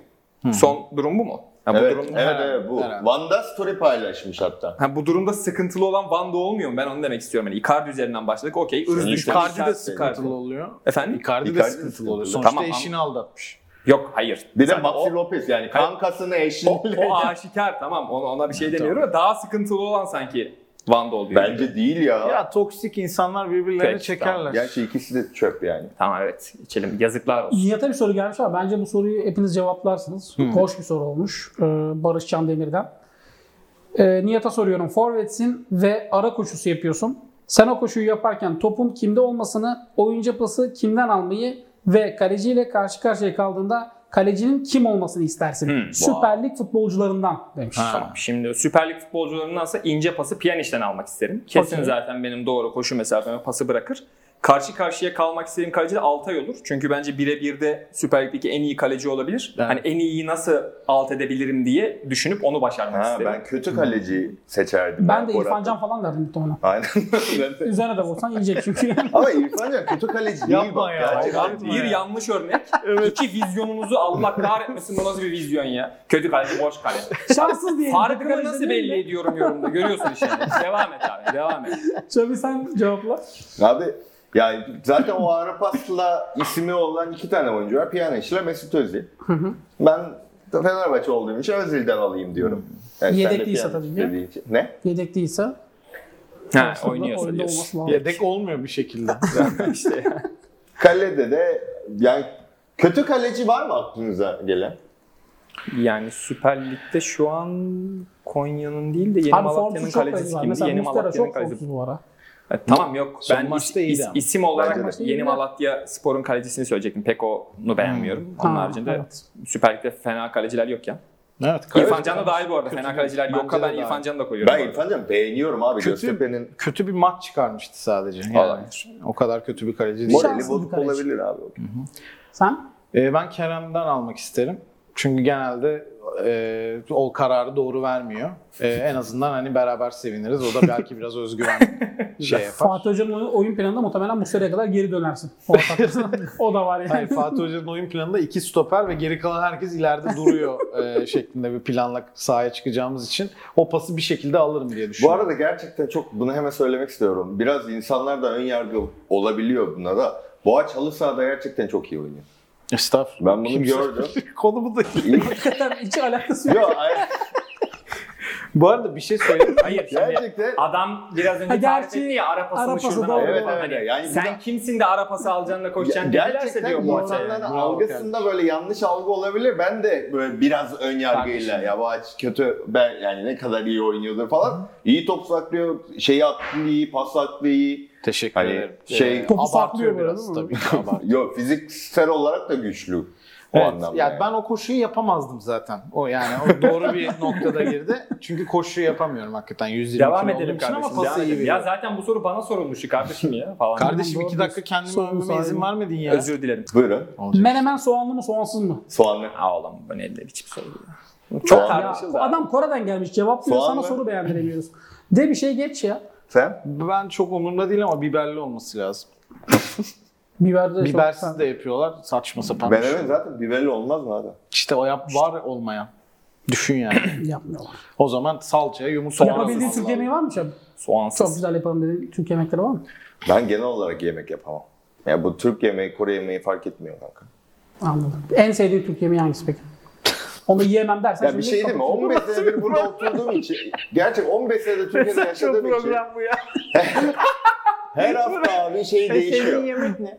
Son durum bu mu? Ha, bu
evet,
durumda
evet,
Herhalde,
evet, bu.
herhalde.
Van'da story paylaşmış hatta.
Ha, bu durumda sıkıntılı olan Van'da olmuyor mu? Ben onu demek istiyorum. Yani Icardi üzerinden başladık. Okey. Irz
Kesinlikle.
düştü.
Icardi de
Icardi.
sıkıntılı oluyor.
Efendim?
Icardi de
Icardi de
sıkıntılı
sıkıntılı.
oluyor. Sonuçta
Tamam, ama-
eşini aldatmış.
Yok hayır.
Bir de
Zaten
Maxi
o,
Lopez yani kankasını eşini.
o, o aşikar tamam ona, ona bir şey demiyorum ama daha sıkıntılı olan sanki Van'da oluyor.
Bence değil ya.
Ya toksik insanlar birbirlerini
Peki,
çekerler.
Gerçi ikisi de çöp yani.
Tamam evet içelim yazıklar olsun.
Nihat'a bir soru gelmiş ama bence bu soruyu hepiniz cevaplarsınız. Hoş bir soru olmuş ee, Barış Can Demir'den. Ee, Nihat'a soruyorum. Forvetsin ve ara koşusu yapıyorsun. Sen o koşuyu yaparken topun kimde olmasını, oyuncu pası kimden almayı ve kaleciyle karşı karşıya kaldığında kalecinin kim olmasını istersin?
Hmm,
Süper Lig futbolcularından demiş.
Ha.
Tamam. Şimdi Süper Lig futbolcularındansa ince pası Pjanic'ten almak isterim. Kesin
Okey.
zaten benim doğru koşu mesafeme pası bırakır. Karşı karşıya kalmak istediğim kaleci de Altay olur. Çünkü bence birebir de Süper Lig'deki en iyi kaleci olabilir.
Evet.
Hani en iyiyi nasıl alt edebilirim diye düşünüp onu başarmak
Ha,
isterim.
ben kötü kaleciyi seçerdim.
Ben de
Borat'ı.
İrfan Can falan derdim muhtemelen.
Aynen. Ben de-
Üzerine de vursan yiyecek çünkü.
Ama İrfan Can kötü kaleci değil
Yapma
bak.
ya.
gerçekten.
Yapma.
Bir
ya.
yanlış örnek, iki vizyonunuzu Allah kahretmesin bu nasıl bir vizyon ya. Kötü kaleci, boş kale.
Şanssız diyelim.
Farkımı
Kaleci
nasıl
değil
belli
de.
ediyorum yorumda görüyorsun işte. Devam et abi, devam et.
Çabi sen cevapla.
Abi yani zaten o ara pasla ismi olan iki tane oyuncu var. Pjanic ile Mesut Özil. ben de Fenerbahçe olduğum için Özil'den alayım diyorum. Yani
Yedek
sen de
değilse
Pjanic
tabii ki.
dediğin için- Ne?
Yedek değilse
Ha,
aslında
oynuyorsa
oyunda
diyorsun.
olması lazım.
Yedek olmuyor bir şekilde.
İşte
Kalede de yani kötü kaleci var mı aklınıza gelen?
Yani Süper Lig'de şu an Konya'nın değil de Yeni
Abi
Malatya'nın
formsuz çok kaleci
kalecisi
var.
kimdi?
Mesela
Yeni
Muslera
Malatya'nın
çok
kalecisi.
formsuz bu ara.
Ha, tamam yok.
Son
ben
maçta
is-
iyiydi
is-
ama.
isim olarak
Bence
de.
Yeni Malatya Spor'un kalecisini söyleyecektim. Peko'nu beğenmiyorum. Onun
Hmm. Ha,
haricinde
evet.
Süper Lig'de fena kaleciler yok ya.
evet.
İrfan Can da dahil bu arada. Fena kaleciler
Bence
yoksa
de
ben
dahil.
İrfan Can'ı da koyuyorum.
Ben
bu arada.
İrfan Can'ı beğeniyorum abi.
Kötü-
Göztepe'nin
Kötü bir maç çıkarmıştı sadece. Yani
Olabilir.
O kadar kötü bir kaleci değil.
Şanssız
morali
bir
bozuk
kaleci.
olabilir abi.
E,
Sen?
Ee, ben Kerem'den almak isterim. Çünkü genelde e, o kararı doğru vermiyor. E, en azından hani beraber seviniriz. O da belki biraz özgüven şey yapar.
Fatih Hoca'nın oyun, oyun planında muhtemelen Muslera'ya kadar geri dönersin. O, atakta. o da var yani.
Hayır, Fatih Hoca'nın oyun planında iki stoper ve geri kalan herkes ileride duruyor e, şeklinde bir planla sahaya çıkacağımız için o pası bir şekilde alırım diye
Bu
düşünüyorum.
arada gerçekten çok bunu hemen söylemek istiyorum. Biraz insanlar da ön yargı olabiliyor buna da. Boğaç halı sahada gerçekten çok iyi oynuyor.
Estağfurullah.
Ben bunu gördüm.
Konumu da
Hakikaten hiç alakası yok.
Yok, hayır.
Bu arada bir şey söyleyeyim.
Hayır şimdi
gerçekten
adam biraz önce
Ha,
tarif
gerçi
etti ya ara pasını
ara pası
şuradan
doğru,
al.
Evet,
Hani
evet. Yani
sen
bu da-
kimsin de ara pası alacağını koşacağını dedilerse
gerçekten
diyor bu maça.
insanların
Bravo
algısında böyle yanlış algı olabilir. Ben de böyle biraz ön yargıyla ya bu aç kötü ben yani ne kadar iyi oynuyordur falan. İyi top saklıyor, şeyi attı iyi, pas attı iyi.
Teşekkür
Hani
ederim.
şey-
Ee,
Topu
abartıyor
saklıyor böyle,
biraz
değil mi?
tabii ki abartıyor.
Yok fiziksel olarak da güçlü o
Evet,
anlamda.
ya
yani.
ben o koşuyu yapamazdım zaten. O yani o doğru bir noktada girdi. Çünkü koşuyu yapamıyorum hakikaten. 120
Devam
kilo
edelim
olduğum için
kardeşim.
Ama
Devam
pası iyi
edelim. Ya
veriyor.
zaten bu soru bana sorulmuştu kardeşim ya falan.
Kardeşim
Tamam,
iki
doğru
dakika kendimi
Sorun
övmeme
sahibi.
izin vermedin ya.
Özür dilerim.
Buyurun.
Olacak.
Menemen soğanlı mı soğansız mı?
Soğanlı.
Aa oğlum bu ne ne biçim soru ya. Çok
Soğan-
Ya,
tartışıldı. abi.
adam Kore'den gelmiş cevap diyor sana
Soğanlı.
soru beğendiremiyoruz. De bir şey geç ya.
Sen?
Ben çok umurumda değil ama biberli olması lazım.
Biber de çok-
Bibersiz de yapıyorlar. Saçma sapan. bir şey.
Menemen zaten biberli olmaz mı adam?
İşte o yap var olmayan. Düşün yani.
yapmıyorlar.
o zaman salçaya yumurta
Yapabildiğin
lazım.
Türk yemeği var mı Çabuk?
Soğansız.
Çok güzel yaparım dediğin Türk yemekleri var mı?
Ben genel olarak yemek yapamam. Ya bu Türk yemeği, Kore yemeği fark etmiyor kanka.
Anladım. En sevdiğin Türk yemeği hangisi peki? Onu yiyemem dersen
Ya bir şey değil mi? 15 senedir burada oturduğum için. Gerçek 15 senedir Türkiye'de yaşadığım için.
bu ya.
Her hafta abi şey değişiyor.
yemek ne?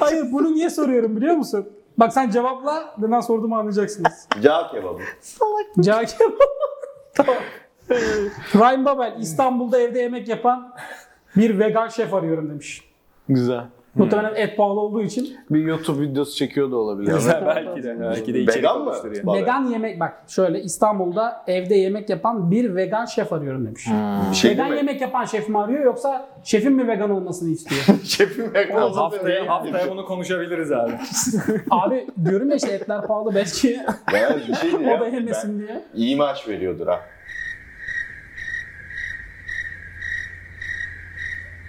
Hayır bunu niye soruyorum biliyor musun? Bak sen cevapla neden sorduğumu anlayacaksınız.
Cağ kebabı.
Cahil. tamam. Ryan Babel İstanbul'da evde yemek yapan bir vegan şef arıyorum demiş.
Güzel.
Muhtemelen et pahalı olduğu için
Bir YouTube videosu çekiyor da olabilir.
Güzel, belki de. Belki de içerik
Vegan mı?
oluşturuyor.
Babel.
vegan yemek bak şöyle İstanbul'da evde yemek yapan bir vegan şef arıyorum demiş.
Bir şey
vegan
değil mi?
yemek yapan şef mi arıyor yoksa şefin mi vegan olmasını istiyor?
Şefim vegan
Oğlum,
olsa
haftaya,
vegan
haftaya bunu konuşabiliriz abi.
Abi diyorum ya işte etler pahalı belki
Ya bir şey değil
o
ya.
da
Ben-
yemesin diye.
İyi maaş veriyordur ha.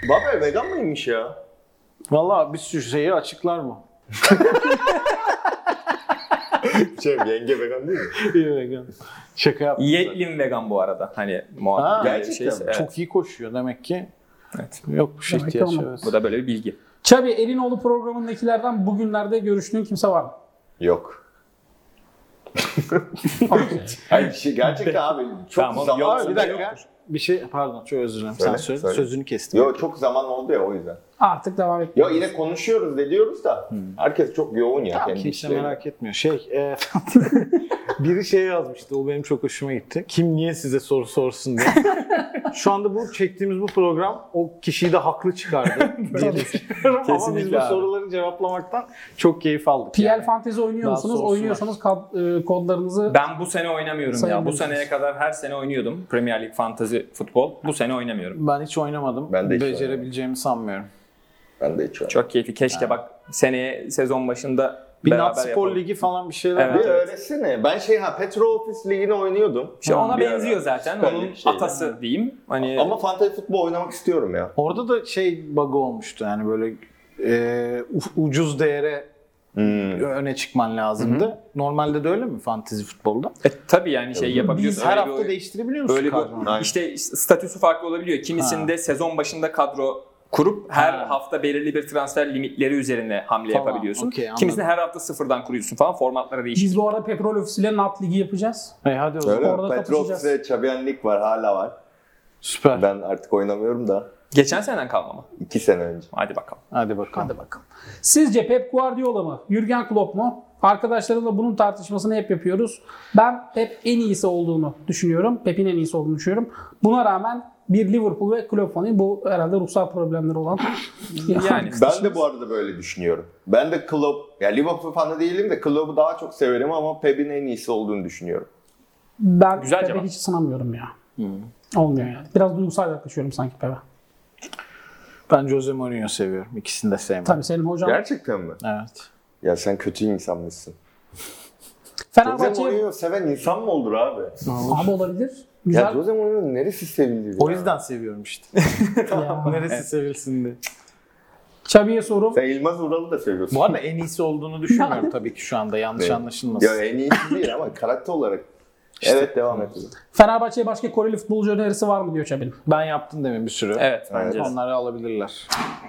Baba vegan mıymış ya?
Valla bir sürü şeyi açıklar mı?
Şey yenge vegan değil mi?
İyi vegan. Şaka yaptım.
Yetlin vegan bu arada. Hani muhabbet.
Ha,
yani
gerçekten
şeyse,
mi?
evet.
Çok iyi koşuyor demek ki.
Evet.
Yok bir şey
Demek ki
ihtiyaç
olmadı.
evet.
Bu da böyle bir bilgi.
Çabi Elinoğlu programındakilerden bugünlerde görüştüğün kimse var mı?
Yok. Hayır bir şey gerçekten abi çok
Tamam,
zaman
yok,
Abi bir dakika. Bir şey pardon çok özür dilerim.
Söyle,
Sen söyle,
söyle.
sözünü kestim.
Yo çok zaman oldu ya o yüzden.
Artık devam et.
Ya yine konuşuyoruz ne diyoruz da herkes çok yoğun ya
Tamam,
kendi
kimse
işlerinde.
merak etmiyor. Şey, e, biri şey yazmıştı. O benim çok hoşuma gitti. Kim niye size soru sorsun diye. Şu anda bu çektiğimiz bu program o kişiyi de haklı çıkardı diye düşünüyorum. Ama biz
Kesinlikle
bu
abi.
soruları cevaplamaktan çok keyif aldık.
PL
yani.
Fantasy oynuyor
Daha
musunuz?
sorusu
Oynuyorsanız kad- e, kodlarınızı
Ben bu sene oynamıyorum
Sayın
ya. Bu
Bülent.
seneye kadar her sene oynuyordum. Premier Lig fantasy futbol. Bu sene oynamıyorum.
Ben hiç oynamadım.
Ben de hiç
Becerebileceğimi sanmıyorum.
Ben de hiç öyle.
Çok keyifli. Keşke bak seneye sezon başında
Bir
beraber
Natspor
yapalım.
Ligi falan bir şeyler
Evet.
Bir öğrensene. Ben şey ha Petrol Office Ligi'ni oynuyordum.
İşte
Ha,
ona
bir ara.
benziyor zaten.
Öyle
Onun
bir şey.
atası diyeyim. Hani
Ama fantasy futbol oynamak istiyorum ya.
Orada da şey bug olmuştu yani böyle e, u- ucuz değere
Hmm.
öne çıkman lazımdı. Normalde de öyle mi fantezi futbolda?
E, tabii yani şey yapabiliyorsun.
Biz her
Öyle bir
hafta
oyun-
değiştirebiliyor musun
Böyle bir
kadronu?
Aynen.
işte statüsü farklı olabiliyor. Kimisinde sezon başında kadro kurup her
Ha.
hafta belirli bir transfer limitleri üzerine hamle
Tamam,
yapabiliyorsun.
okey, anladım.
Kimisinde her hafta sıfırdan kuruyorsun falan formatlara değişiyor.
biz bu arada Petrol ofisiyle NAT Ligi yapacağız.
Hey, E, hadi o zaman.
Öyle mi?
Orada
Petrol
kapışacağız.
Office'e Çabian Lig var hala var.
Süper.
Ben artık oynamıyorum da.
Geçen seneden kalma mı?
2 sene önce.
Hadi bakalım.
Hadi bakalım.
Hadi bakalım. Sizce Pep Guardiola mı? Jürgen Klopp mu? Arkadaşlarımla bunun tartışmasını hep yapıyoruz. Ben Pep en iyisi olduğunu düşünüyorum. Pep'in en iyisi olduğunu düşünüyorum. Buna rağmen bir Liverpool ve Klopp fanıyım. Bu herhalde ruhsal problemleri olan.
Yani.
Ben de bu arada böyle düşünüyorum. Ben de Klopp, ya Liverpool fanı değilim de Klopp'u daha çok severim ama Pep'in en iyisi olduğunu düşünüyorum.
Ben
Güzel
Pep'e
cevap. Hmm.
hiç sınamıyorum ya. Olmuyor yani. Biraz duygusal yaklaşıyorum sanki Pep'e.
Ben Jose Mourinho'yu seviyorum. İkisini de sevmem.
Tabii senin hocam.
Gerçekten mi?
Evet.
Ya sen kötü insan mısın? Jose
Fenerbahçe'yi
Mourinho seven insan mı olur abi?
abi olabilir. Güzel.
Ya Jose Mourinho'nun neresi sevildi?
O yüzden seviyorum işte.
ya.
Neresi sevilsin diye.
Xavi'ye sorum.
Sen İlmaz Ural'ı da seviyorsun.
Bu arada en iyisi olduğunu düşünmüyorum tabii ki şu anda. Yanlış
Evet.
anlaşılmasın.
Ya en iyisi değil ama karakter olarak. evet devam et.
Fenerbahçe'ye başka Koreli futbolcu önerisi var mı diyor Xavi'nin.
Ben yaptım demin bir sürü.
Evet bence. de.
Onları alabilirler.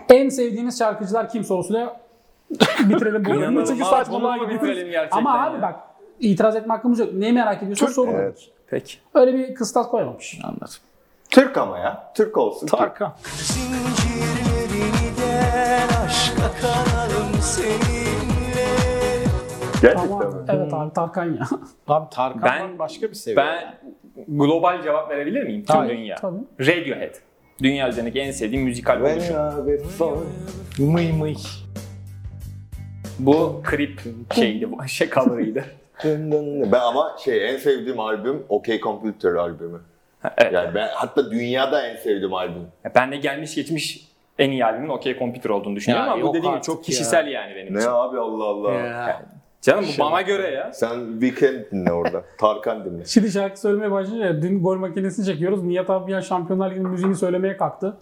En sevdiğiniz şarkıcılar kim sorusuyla bitirelim bu bölümü.
İnanılmaz,
Çünkü saçmalığa
bunu da
gidiyoruz.
bitirelim gerçekten
Ama abi
ya.
bak itiraz etme hakkımız yok. Neyi merak ediyorsan sorun.
Evet.
Peki.
Öyle bir kıstas koymamış.
Anladım.
Türk ama ya. Türk olsun.
Tarkan.
Zincirlerini de aşka kalalım seninle
Türk. Gerçekten
Ama
mi?
evet abi Tarkan ya.
Abi Tarkan
Ben-
ben, başka bir seviye.
Ben global cevap verebilir miyim? Tüm
Tabii,
dünya.
tabii.
Radiohead. Dünya üzerindeki en sevdiğim müzikal oluşum.
Mıy mıy.
Bu klip şeydi, bu şey cover'ıydı.
Ben ama şey en sevdiğim albüm OK Computer albümü.
evet.
Yani ben hatta dünyada en sevdiğim albüm.
Ben de gelmiş geçmiş en iyi albümün OK Computer olduğunu düşünüyorum
Ya
ama bu
yok
dediğim gibi
artık
çok
ya.
kişisel yani benim
Ne
için.
abi Allah Allah.
Canım bu bana göre ya.
Sen Weekend dinle orada. Tarkan dinle.
Şimdi şarkı söylemeye başlayınca ya, dün gol makinesini çekiyoruz. Nihat abi ya Şampiyonlar Ligi'nin müziğini söylemeye kalktı.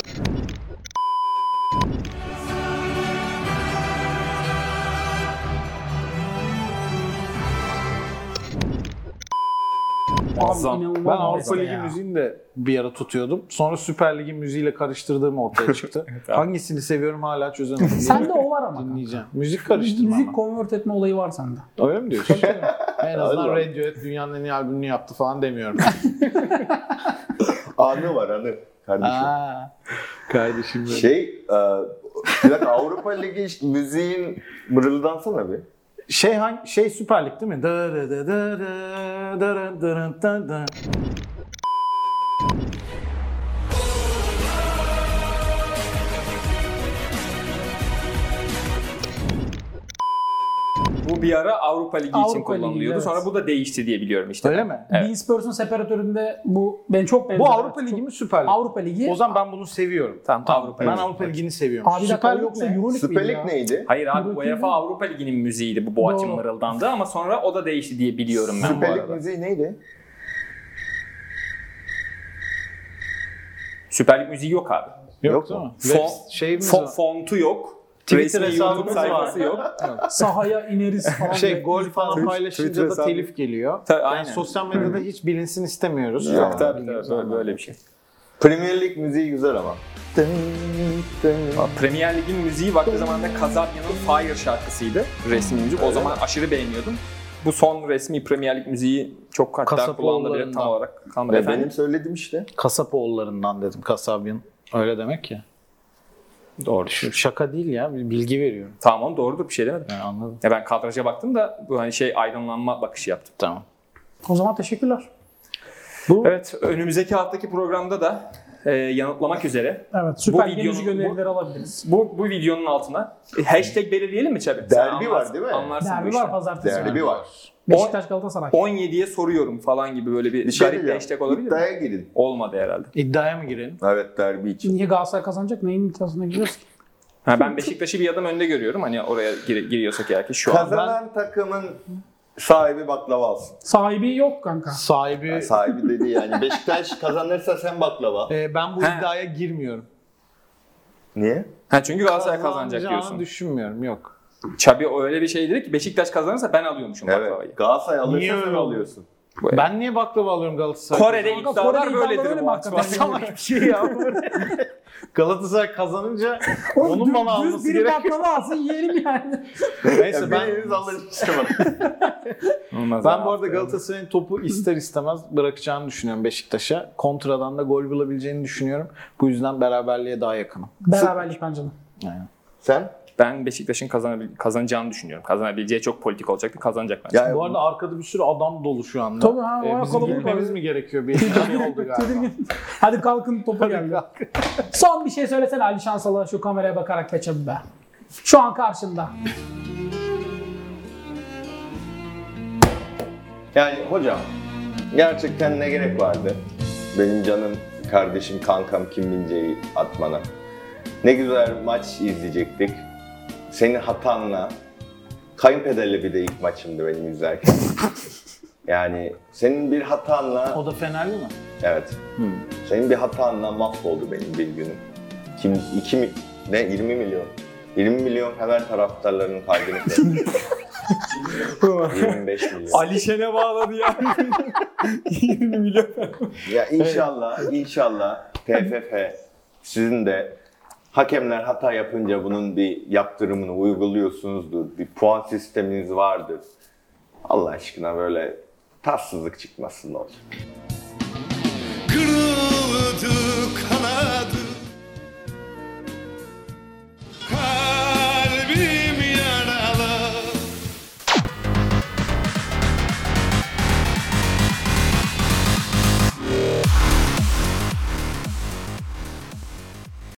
Abi
Muazzam.
inanılmaz
Ben
muazzam
Avrupa Ligi
ya.
müziğini de bir ara tutuyordum. Sonra Süper Lig'in müziğiyle karıştırdığım ortaya çıktı.
abi.
Hangisini seviyorum hala çözemedim.
Sende o var ama.
dinleyeceğim. Müzik karıştırma
Müzik
ama.
convert etme olayı var sende.
Öyle mi diyorsun? en azından
Öyle.
Radiohead dünyanın en iyi albümünü yaptı falan demiyorum.
Anı var anı. Kardeşim.
Aa, kardeşim benim.
Şey, e, bir dakika Avrupa Ligi işte müziğin mırıldansana bir.
Şey hangi şey Süper Lig değil mi? Dırı dırı dırı dırı dırı dırı dırı.
Bu bir ara Avrupa Ligi
Avrupa
için
Ligi,
kullanılıyordu.
evet.
Sonra bu da değişti diye biliyorum işte.
Öyle mi?
Evet.
Dispers'un separatöründe bu ben çok benzer.
Bu Avrupa Ligi mi Süper Lig?
Avrupa Ligi.
O zaman ben bunu seviyorum.
Tamam, Avrupa
Ben
Ligi.
Avrupa Ligi'ni seviyorum.
Abi bir dakika, o yoksa Euroleague
Süper
miydi ya?
Lig neydi?
Hayır abi
Buradaki
UEFA
mi?
Avrupa Ligi'nin müziğiydi bu Boğaç'ın
Doğru.
mırıldandı ama sonra o da değişti diye biliyorum ben bu
Süper Lig
arada.
müziği neydi?
Süper Lig müziği yok abi.
Yok,
Yok
değil
mu?
mi?
Fon-
Web- şey mi
Fo-
var?
fontu yok.
Twitter
Resmi
hesabımız
YouTube
var.
sayfası yok.
sahaya ineriz falan.
Şey
diye.
gol falan
Twitch-
paylaşınca
Twitter
da
hesabı-
telif geliyor.
Tabii,
yani
aynen.
sosyal medyada hiç bilinsin istemiyoruz.
Ya.
Yani
Tabii
bildiğimiz
tabii böyle,
zaman.
böyle bir şey.
Premier Lig müziği güzel ama.
Premier Lig'in müziği vakti zamanında Kazarya'nın Fire şarkısıydı resmi müzik. O zaman aşırı beğeniyordum. Bu son resmi Premier Lig müziği çok hatta kulağımda bile
Kasapoğulları'ndan.
tam olarak kalmadı.
Ve
Efendim?
benim söylediğim işte.
Kasap oğullarından dedim. Kasabın öyle demek ya.
Doğru.
Şu şaka değil ya. bir Bilgi veriyorum.
Tamam doğrudur bir şey demedim.
Yani anladım.
Ya ben kadraja baktım da bu hani şey aydınlanma bakışı yaptım.
Tamam.
O zaman teşekkürler.
Evet önümüzdeki haftaki programda da e, yanıtlamak üzere
Evet süper
videonun-
geniş
bu-
önerileri alabiliriz.
bu, bu videonun altına e, hashtag belirleyelim mi Çabuk?
Derbi var değil mi?
Anlarsın bu
Derbi
işten.
var pazartesi.
Değerli bir var.
Beşiktaş Galatasaray.
17'ye soruyorum falan gibi böyle bir,
Bir şey
garip bir hashtag
diyeceğim.
olabilir mi?
İddiaya girin.
Olmadı herhalde.
İddiaya mı girelim?
Evet derbi için.
Niye Galatasaray kazanacak? Neyin iddiasına giriyoruz ki?
Ha, ben Beşiktaş'ı bir adım önde görüyorum hani oraya gir- giriyorsak eğer ki şu an.
Kazanan takımın sahibi baklava alsın.
Sahibi yok kanka.
Sahibi...
Yani sahibi dedi yani. Beşiktaş kazanırsa sen baklava.
Ee, ben bu
He.
iddiaya girmiyorum.
Niye?
Ha, çünkü Galatasaray kazanacak
Kazanacağını
diyorsun.
düşünmüyorum. Yok.
Çabi öyle bir şey dedi ki Beşiktaş kazanırsa ben alıyormuşum baklavayı.
Evet. Galatasaray
Niye
alırsa sen
öyle
alıyorsun.
Ben niye baklava alıyorum Galatasaray?
Kore'de
Kanka,
iddialar
Kore'de iddialar
böyledir
öyle
bu
mi
akşam.
hakikaten? Salak
şey ya.
Galatasaray kazanınca onun bana
Düz
alması
biri
gerek.
baklava alsın yiyelim yani.
Neyse
Ya
ben
biriniz alır işte bak.
Ben bu arada Galatasaray'ın topu ister istemez bırakacağını düşünüyorum Beşiktaş'a. Kontradan da gol bulabileceğini düşünüyorum. Bu yüzden beraberliğe daha yakınım.
Beraberlik bence de.
Sen?
Ben Beşiktaş'ın kazanabil- kazanacağını düşünüyorum. Kazanabileceği çok politik olacaktı. Kazanacak bence.
Ya
Bu arada arkada bir sürü adam dolu şu anda. Ee,
Tabii ha, bayağı
bizim
kalabalık
gitmemiz
var.
mi gerekiyor? Bir şey oldu galiba.
Hadi kalkın topa geldi. Son bir şey söylesene Ali Şansal'a şu kameraya bakarak geçelim be. Şu an karşında.
Yani hocam gerçekten ne gerek vardı? Benim canım kardeşim kankam Kim Min-jae'yi atmana. Ne güzel maç izleyecektik. Senin hatanla kayınpederle bir de ilk maçımdı benim izlerken. yani senin bir hatanla
O da Fenerli mi?
evet. Senin bir hatanla mahvoldu benim bir günüm. Kim 2 mi ne 20 milyon 20 milyon Fener taraftarlarının kalbini kırdı. 25 milyon.
Ali Şen'e bağladı ya. 20 milyon.
Ya inşallah, inşallah TFF sizin de hakemler hata yapınca bunun bir yaptırımını uyguluyorsunuzdur. Bir puan sisteminiz vardır. Allah aşkına böyle tatsızlık çıkmasın ne olur.